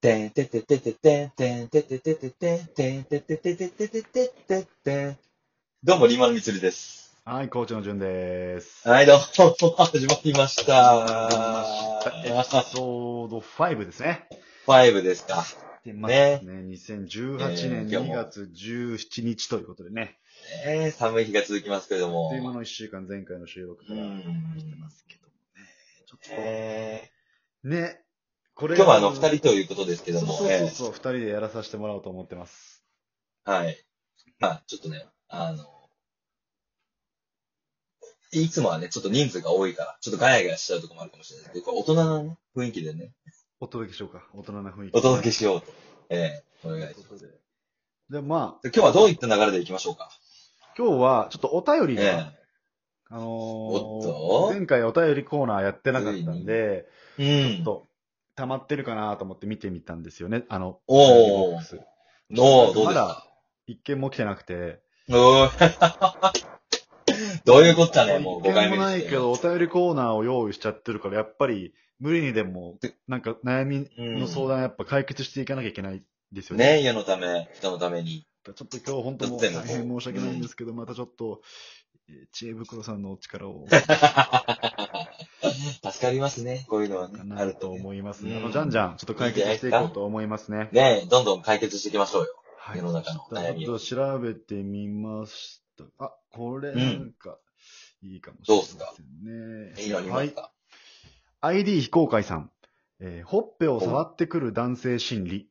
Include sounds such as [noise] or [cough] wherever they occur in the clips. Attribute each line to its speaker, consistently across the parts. Speaker 1: てんてててててんてんてててててんてんてててててててててんどうも、リーマンみつるです。
Speaker 2: はい、コーチの順です。
Speaker 1: はい、どうも、始まりました。
Speaker 2: エピソード5ですね。
Speaker 1: 5ですか。
Speaker 2: 出ますね。2018年
Speaker 1: えー今日も
Speaker 2: 2月17日ということでね。
Speaker 1: ねえ寒い日が続きますけれど
Speaker 2: あ
Speaker 1: も
Speaker 2: っと。いう間の1週間前回の収録から
Speaker 1: うん
Speaker 2: 来てますけどもね。ちょっ
Speaker 1: え
Speaker 2: と、ね、こ
Speaker 1: ー
Speaker 2: れ
Speaker 1: 今日はあの、二人ということですけども
Speaker 2: そう、そうそう
Speaker 1: え
Speaker 2: そう、二人でやらさせてもらおうと思ってます。
Speaker 1: ーはい。まあ、ちょっとね、あの、いつもはね、ちょっと人数が多いから、ちょっとガヤガヤしちゃうとこもあるかもしれないですけど、これ大人なね雰囲気でね、
Speaker 2: お届けしようか。大人な雰囲気。
Speaker 1: お届けしようと。えーお
Speaker 2: と
Speaker 1: 願いしま
Speaker 2: いう
Speaker 1: す。
Speaker 2: ことで。で、まあ、
Speaker 1: 今日はどういった流れでいきましょうか
Speaker 2: 今日はちょっとお便りが、
Speaker 1: え
Speaker 2: あのー
Speaker 1: おっと
Speaker 2: 前回お便りコーナーやってなかったんで、
Speaker 1: え
Speaker 2: ちょっ
Speaker 1: うん。
Speaker 2: と溜まってるかなと思って見てみたんですよね。あの、
Speaker 1: おー
Speaker 2: お便りボックス
Speaker 1: どう、どうで
Speaker 2: ますだ
Speaker 1: か
Speaker 2: 一件も来てなくて。
Speaker 1: おー [laughs] どういうこっちゃね、もう
Speaker 2: 一
Speaker 1: 5回
Speaker 2: 件
Speaker 1: 目
Speaker 2: も
Speaker 1: に
Speaker 2: な
Speaker 1: し
Speaker 2: い
Speaker 1: て
Speaker 2: けど、お便りコーナーを用意しちゃってるから、やっぱり無理にでも、なんか悩みの相談やっぱ解決していかなきゃいけないですよね。
Speaker 1: ね、家のため、人のために。 [laughs]
Speaker 2: ちょっと今日本当もう
Speaker 1: だっ
Speaker 2: 大
Speaker 1: てもう
Speaker 2: 変申し訳ないんですけど、またちょっと、えー知恵袋さんのお力を。
Speaker 1: 助かりますね、こういうのはね [laughs]
Speaker 2: か。
Speaker 1: あ
Speaker 2: な
Speaker 1: る
Speaker 2: と
Speaker 1: とね。
Speaker 2: 思います
Speaker 1: う
Speaker 2: ね。
Speaker 1: ん
Speaker 2: あの、じゃんじゃん、ちょっと解決していこうと思いますね。
Speaker 1: ねどんどん解決していきましょうよ。
Speaker 2: はい。
Speaker 1: 世の中の悩み
Speaker 2: ちょ
Speaker 1: を
Speaker 2: っと調べてみました。あ、これ
Speaker 1: うん
Speaker 2: なんか、いいかもし
Speaker 1: ど
Speaker 2: れ
Speaker 1: う
Speaker 2: ます
Speaker 1: か
Speaker 2: せ
Speaker 1: い
Speaker 2: ん
Speaker 1: いのあり
Speaker 2: ね。
Speaker 1: ま
Speaker 2: は
Speaker 1: す
Speaker 2: い。
Speaker 1: か
Speaker 2: ID 非公開さん。えーほっぺを触ってくる男性心理。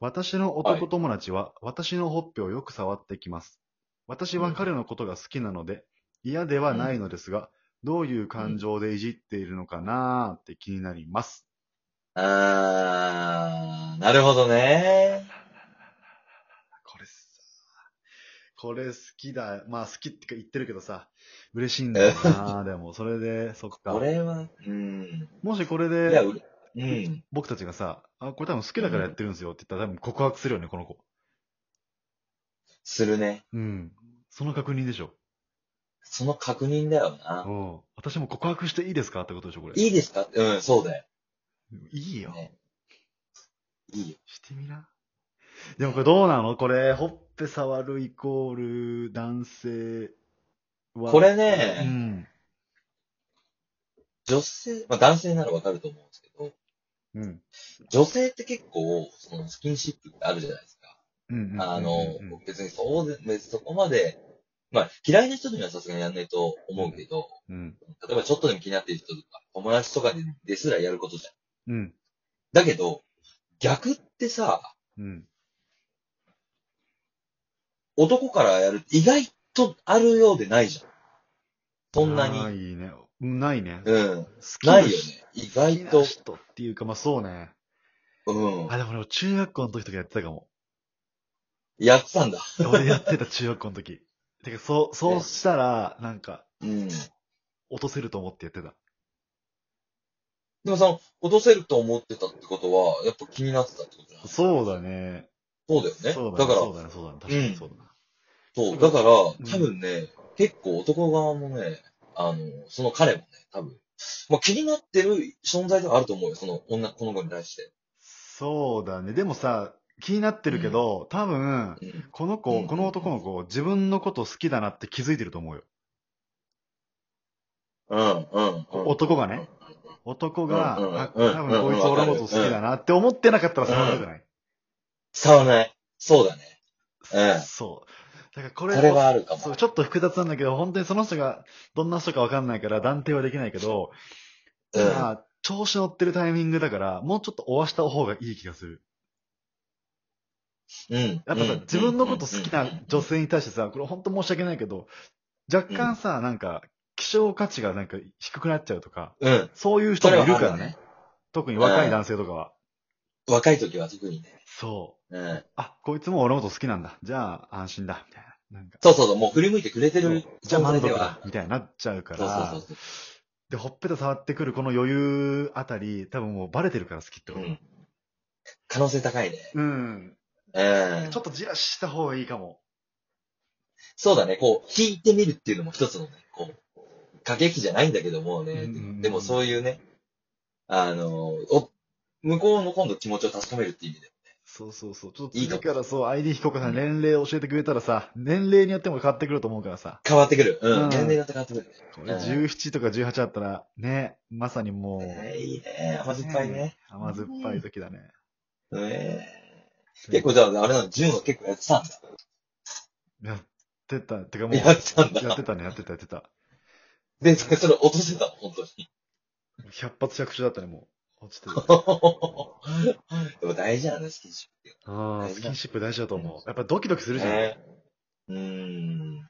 Speaker 2: 私の男友達は、私のほっぺをよく触ってきます。私は彼のことが好きなので、嫌ではないのですが、どういう感情でいじっているのかなーって気になります。
Speaker 1: あー、なるほどね。
Speaker 2: これさ、これ好きだ。まあ好きってか言ってるけ
Speaker 1: [laughs]
Speaker 2: どさ、嬉しいんだ
Speaker 1: だ
Speaker 2: よ
Speaker 1: よ
Speaker 2: な。でも、それで、そっか。
Speaker 1: これは、うん。
Speaker 2: もしこれ
Speaker 1: いや、
Speaker 2: で、
Speaker 1: ううん。
Speaker 2: 僕たちがさ、あ、これ多分好きだからやってるんですよって言ったら多分告白するよね、この子。
Speaker 1: するね。
Speaker 2: うん。その確認でしょ。
Speaker 1: その確認だよ
Speaker 2: う
Speaker 1: な。
Speaker 2: ん。私も告白していいですかってことでしょ、これ。い
Speaker 1: いいですかうん、そうだよ。
Speaker 2: いよ。
Speaker 1: ねいいよ。
Speaker 2: してみな。でもこれどうなのこれ、ほっぺ触るイコール男性は。
Speaker 1: これ
Speaker 2: う
Speaker 1: ね、
Speaker 2: ん。
Speaker 1: 女性、まあ男性ならわかると思うんですけど、
Speaker 2: うん。
Speaker 1: 女性って結構、そのスキンシップってあるじゃないですか。
Speaker 2: うんうん。
Speaker 1: あの
Speaker 2: うん、
Speaker 1: 別にそうで、別にそこまで、まあ嫌いな人にはさすがにやんないと思うけど、
Speaker 2: うん。
Speaker 1: 例えばちょっとでも気になっている人とか、友達とかですらやることじゃん。
Speaker 2: うん。
Speaker 1: だけど、逆ってさ、
Speaker 2: うん。
Speaker 1: 男からやるって意外とあるようでないじゃん。そんな
Speaker 2: な
Speaker 1: に。
Speaker 2: いね。うんないね。
Speaker 1: うん。
Speaker 2: 好き
Speaker 1: ないよね
Speaker 2: 人。
Speaker 1: 意
Speaker 2: 好
Speaker 1: 外
Speaker 2: きな
Speaker 1: と。
Speaker 2: 人っていうか、まあそうね。
Speaker 1: うん。
Speaker 2: あ、でも俺も中学校の時とかやってたかも。
Speaker 1: やってたんだ。
Speaker 2: 俺やってた中学校の時。てか、そう、そうしたら、なんか、
Speaker 1: うん。
Speaker 2: 落とせると思ってやってた。
Speaker 1: でもその、落とせると思ってたってことは、やっぱ気になってたってことじゃん。
Speaker 2: そうだね。
Speaker 1: そうだよね。
Speaker 2: そうだ
Speaker 1: だか
Speaker 2: ね。
Speaker 1: ら、
Speaker 2: そうだね。そうだね。確かにそうだな。
Speaker 1: そう、だから、
Speaker 2: ん
Speaker 1: 多分ね、結構男側もね、あの、その彼もね、多分、まあ、気になってる存在ではあると思うよ、その女、この子に対して。
Speaker 2: そうだね。でもさ、気になってるけど、多分、
Speaker 1: うん。
Speaker 2: この
Speaker 1: う
Speaker 2: 子、
Speaker 1: ん
Speaker 2: この男の子、自分のこと好きだなって気づいてると思うよ。
Speaker 1: うん、うん。
Speaker 2: 男がね。男が、
Speaker 1: うんうん
Speaker 2: あ
Speaker 1: うん
Speaker 2: 多分こいつ
Speaker 1: うん
Speaker 2: 俺のこと好きだなって思ってなかったら触るじゃない。
Speaker 1: 伝わらない。そうだね。うん
Speaker 2: そう。だからこれ
Speaker 1: それはあるか
Speaker 2: そ
Speaker 1: も
Speaker 2: う、。ちょっと複雑なんだけど、本当にその人がどんな人かわかんないから断定はできないけど、
Speaker 1: うん。
Speaker 2: まあ、調子乗ってるタイミングだから、もうちょっと追わした方がいい気がする。
Speaker 1: うん。
Speaker 2: やっぱさ、
Speaker 1: うん
Speaker 2: 自分のこと好きな女性に対してさ、これ本当申し訳ないけど、若干さ、なんか、希少価値がなんか低くなっちゃうとか、
Speaker 1: うん。
Speaker 2: そういう人
Speaker 1: それ
Speaker 2: も
Speaker 1: はい
Speaker 2: る
Speaker 1: あ
Speaker 2: から
Speaker 1: る
Speaker 2: ね。
Speaker 1: ね。
Speaker 2: 特に若い男性とかは。
Speaker 1: 若い時は特にね。
Speaker 2: そ
Speaker 1: うん
Speaker 2: う。。あ、こいつも俺のこと好きなんだ。じゃあ、安心だ。みたいな。なんか。
Speaker 1: そうそうそう、もう振り向いてくれて
Speaker 2: そ
Speaker 1: る
Speaker 2: うじゃあ
Speaker 1: 存
Speaker 2: 満
Speaker 1: 在
Speaker 2: 足
Speaker 1: で
Speaker 2: だ
Speaker 1: は。。
Speaker 2: みたいになっちゃうか
Speaker 1: そう
Speaker 2: ら。
Speaker 1: そうそう
Speaker 2: で、ほっぺた触ってくるこの余裕あたり、多分もうバレてるから好きっ
Speaker 1: そ
Speaker 2: て
Speaker 1: う。
Speaker 2: こ
Speaker 1: う
Speaker 2: と。
Speaker 1: ん。可能性高いね。
Speaker 2: うん。
Speaker 1: うん
Speaker 2: ちょ。っとじらした方がいいかも。
Speaker 1: そうだね、こう、弾いてみるっていうのも一つのね、こう、過激じゃないんだけどもね、
Speaker 2: うんうんうん
Speaker 1: でもそういうね、あの、お、向こうの今度気持ちを確かめるっていう意味で。
Speaker 2: そうそうそう。ちょっと
Speaker 1: いい
Speaker 2: 次
Speaker 1: かも
Speaker 2: からそう、ID 彦川さん年齢教えてくれたらさ、年齢によっても変わってくると思うからさ。
Speaker 1: 変わってくる。
Speaker 2: う
Speaker 1: うんん。年齢によって変わってくる。
Speaker 2: これ17とか18あったら、ね、まさにもう、
Speaker 1: ねいいね。甘酸っぱいね。
Speaker 2: 甘酸っぱい時だね。
Speaker 1: ね結構じゃあ、あれなの、ジュンは結構やってたんだ。
Speaker 2: やってた。てかもう、
Speaker 1: やってたん
Speaker 2: やっ
Speaker 1: だ。
Speaker 2: てたね、やってた、やってた。
Speaker 1: で、それ落としてたの、本当に。 [laughs]
Speaker 2: 百発百中だったね、もう。落ちてる。
Speaker 1: でも大事なんだ、スキンシッ
Speaker 2: ああ、
Speaker 1: 大事だ
Speaker 2: スキンシップ大事だと思う。やっぱドキドキす
Speaker 1: プ
Speaker 2: るじゃん。
Speaker 1: ね。うーん。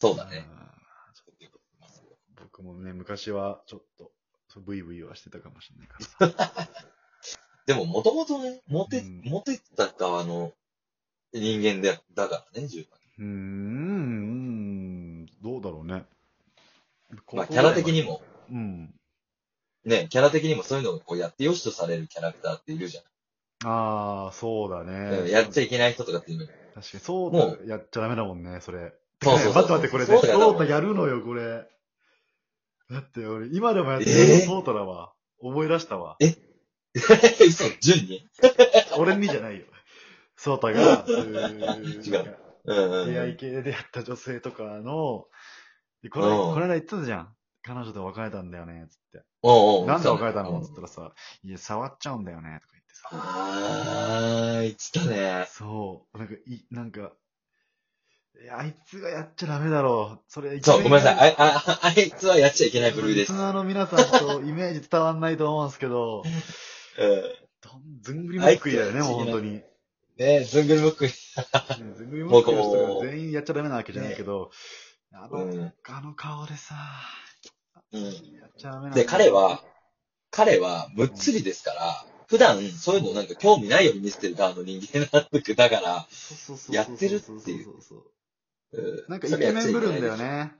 Speaker 1: そうだね。
Speaker 2: あー僕もね、昔はちょっと、そうブイブイはしてたかもしれないからさ。
Speaker 1: でも、もともとね、モテ、
Speaker 2: うん
Speaker 1: モテた側の人間で、だからね、ジュンは。
Speaker 2: うーん、どうだろうね。
Speaker 1: まあ、キャラ的にも、
Speaker 2: うん。
Speaker 1: ね、キャラ的にもそういうのをこうやって良しとされるキャラクターっているじ
Speaker 2: ああ、そうだ
Speaker 1: ゃん。うん
Speaker 2: ね。
Speaker 1: やっちゃいけない人とかっていうの
Speaker 2: 確かに、そう
Speaker 1: も
Speaker 2: だ、やっちゃダメだもんね、それ。
Speaker 1: そうそうそう
Speaker 2: [laughs] てかね待って待って、これ
Speaker 1: そう
Speaker 2: ね、
Speaker 1: だよ
Speaker 2: そうだ、やるのよ、これ。だって、俺、今でもやってる
Speaker 1: えー
Speaker 2: そうだだわ。思い出したわ。
Speaker 1: [laughs] 嘘、ジュンに
Speaker 2: 俺にじゃないよ。そうたが、そういう
Speaker 1: [laughs] 違ううんうんうん。
Speaker 2: 出会い系で出会った女性とかの、でこれ、
Speaker 1: うん
Speaker 2: この間言ってたじゃん。彼女と別れたんだよね、つって。
Speaker 1: おうおう
Speaker 2: なんで別れたの
Speaker 1: うん
Speaker 2: つったらさ、いや、触っちゃうんだよね、とか言ってさ。
Speaker 1: あー、言ってたね。
Speaker 2: そう、なんか、い、なんか、いやあいつがやっちゃダメだろう。それ、
Speaker 1: そう、ごめんなさい。
Speaker 2: い。
Speaker 1: あ、あ、あいつはやっちゃいけない部類
Speaker 2: リ
Speaker 1: です。
Speaker 2: ス
Speaker 1: う
Speaker 2: ナーの皆さんとイメージ伝わんないと思うんですけ
Speaker 1: ん。
Speaker 2: ど、どんずんぐりむっくりだよね、
Speaker 1: あいつ
Speaker 2: もう本当に。
Speaker 1: ねずんぐりむっくり。
Speaker 2: うんずんぐりむっくりの人が全員やっちゃダメなわけじゃないけど、あ
Speaker 1: う
Speaker 2: の、
Speaker 1: ん。
Speaker 2: あの顔でさ、
Speaker 1: うん。
Speaker 2: やっちゃダメなんだ
Speaker 1: で、彼は、彼は、むっつりですから、普段、そういうのなんか興味ないように見せてる側の人間なんだけどだから、
Speaker 2: そうそうそうそう
Speaker 1: やってるっていう
Speaker 2: そうそうそう
Speaker 1: うん
Speaker 2: なんかイケメンぶるんだよ。
Speaker 1: それやっちゃいけない
Speaker 2: ね。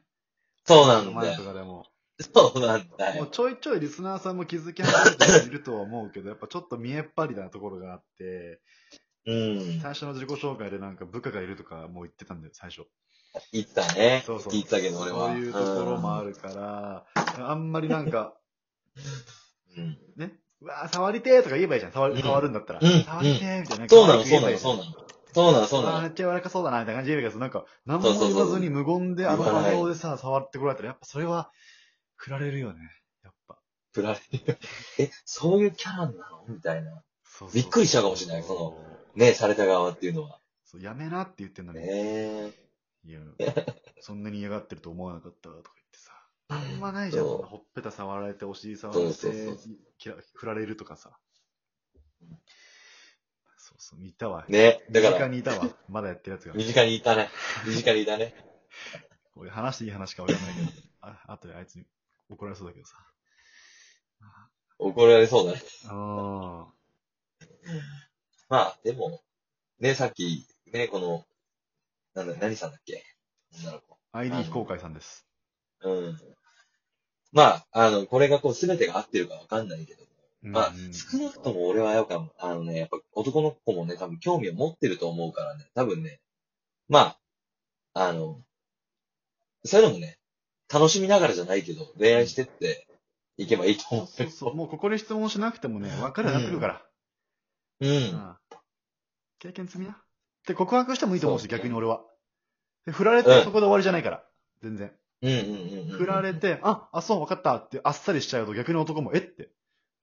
Speaker 1: そうなんだ
Speaker 2: 前と
Speaker 1: よ。
Speaker 2: かでも。
Speaker 1: そうなんだ
Speaker 2: もう
Speaker 1: よ。
Speaker 2: ちょいちょいリスナーさんも気づき始めてはいるとは思うけど、やっぱちょっと見えっぱりなところがあって、
Speaker 1: うん。
Speaker 2: 最初の自己紹介でなんか部下がいるとかもう言ってたんだよ、最初。
Speaker 1: 言ってたね。
Speaker 2: そうそう。
Speaker 1: 言ってたけど、俺は。
Speaker 2: そういうところもあるから、あんまりなんか、 [laughs]
Speaker 1: うん。
Speaker 2: ね、うわー触りてーとか言えばいいじゃん。触
Speaker 1: うん
Speaker 2: る、触るんだったら。
Speaker 1: うん
Speaker 2: 触りてーみたいな。
Speaker 1: そうなの、
Speaker 2: 可
Speaker 1: そ
Speaker 2: 愛
Speaker 1: うなの、
Speaker 2: く言えばいいじゃん
Speaker 1: そうなの。そうなの、そう
Speaker 2: あー
Speaker 1: な
Speaker 2: め
Speaker 1: の。
Speaker 2: っちゃ柔らかそうだな、みたいな感じで言うけど、なんか、何も言わずに無言であの場に応でさ、触ってこられたら、やっぱそれは、振られるよね。やっぱ。
Speaker 1: 振られる。え、そういうキャラなのみたいな。
Speaker 2: そうそう
Speaker 1: びっくりしちゃうかもしれないそのね、された側っていうのは。
Speaker 2: そう、やめなって言ってんのに、
Speaker 1: ね
Speaker 2: いや、そんなに嫌がってると思わなかったとか言ってさ。あんまないじゃん、
Speaker 1: そう
Speaker 2: そんなほっぺた触られて、お尻触られ
Speaker 1: そうそうそう
Speaker 2: て、きら振られるとかさ。そうそう、いたわ。
Speaker 1: え。ね。だか
Speaker 2: 身近
Speaker 1: ら、
Speaker 2: にいたわ。まだやってるや
Speaker 1: [laughs]
Speaker 2: つが。
Speaker 1: 身近にいたね。身近にいたね。
Speaker 2: 俺話していい話かわかんないけど、あ後であいつに怒られそうだけどさ。
Speaker 1: 怒られそうだね。
Speaker 2: ああ。
Speaker 1: まあ、でも、ね、さっき、ね、この、なんだ、何さんだっけ女の子。
Speaker 2: ID 非公開さんです。
Speaker 1: うん。まあ、あの、これがこう、すべてが合ってるかわかんないけど。まあ
Speaker 2: うん、
Speaker 1: 少なくとも俺はやっぱ、あのね、やっぱ男の子もね、多分興味を持ってると思うからね、多分ね、まあ、あの、そういうのもね、楽しみながらじゃないけど、恋愛してっていけばいいと
Speaker 2: そ
Speaker 1: 思
Speaker 2: う
Speaker 1: う
Speaker 2: そ
Speaker 1: よ
Speaker 2: う。そう。もうここで質問しなくてもね、分かるようになってくるから。
Speaker 1: う。
Speaker 2: うんん。経験積みな。で、告白してもいいと思うし、
Speaker 1: そう
Speaker 2: 逆に俺は。で、振られてそこで終わりじゃないから。全然。
Speaker 1: うんうんうんうん。
Speaker 2: 振られ。て、あ、あ、そう、分かったって、あっさりしちゃうと逆に男も、えって。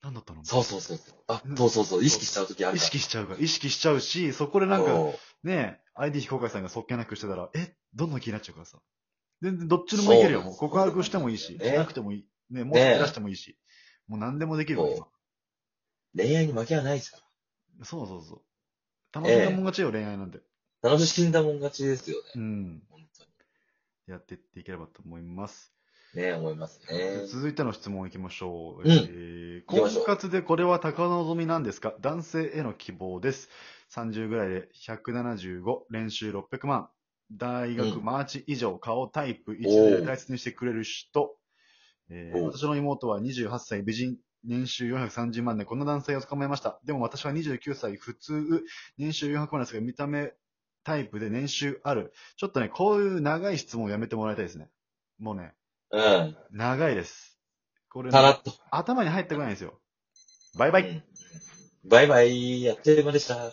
Speaker 2: なんだったの
Speaker 1: そうそうそう。あ、そうそうそう。意識しちゃう時ある
Speaker 2: 意
Speaker 1: から。
Speaker 2: 識しちゃうから。意識しちゃうし、そこでなんか、
Speaker 1: そ
Speaker 2: ねえ、ID 非公開さんがそっけなくしてたら、え、どんどん気になっちゃうからさ。全然どっちでもいけるよ。
Speaker 1: そう
Speaker 2: もう告白してもいいし、
Speaker 1: ね
Speaker 2: しなくてもいい。ねもう照らしてもいいし。もう何でもできるから今
Speaker 1: う恋愛に負けはないですか
Speaker 2: そうそうそう。楽しんだもん勝ちよ、恋愛なんて。
Speaker 1: ら。楽しんだもん勝ちですよ
Speaker 2: う
Speaker 1: ね。
Speaker 2: ん。
Speaker 1: 本
Speaker 2: やっていっていければと思います。
Speaker 1: 当に。ね、思いますね。
Speaker 2: 続いての質問いきましょ
Speaker 1: う
Speaker 2: う。
Speaker 1: ん
Speaker 2: えー
Speaker 1: 行きましょう
Speaker 2: 婚活でこれは高望みなんですか男性への希望です。30ぐらいで175、練習600万。大学、
Speaker 1: うん
Speaker 2: マーチ以上、顔タイプ1
Speaker 1: お
Speaker 2: で
Speaker 1: ー
Speaker 2: 大切にしてくれる人。えー
Speaker 1: おー
Speaker 2: 私の妹は28歳美人、年収430万でこんな男性を捕まえました。でも私は29歳普通、年収400万ですが見た目タイプで年収ある。ちょっとね、こういう長い質問をやめてもらいたいですね。もうね、
Speaker 1: うん。
Speaker 2: 長いです。これ、
Speaker 1: さらっと。
Speaker 2: 頭に入ってこないんですよ。バイバイ。
Speaker 1: うんバイバイ、あっという間でした。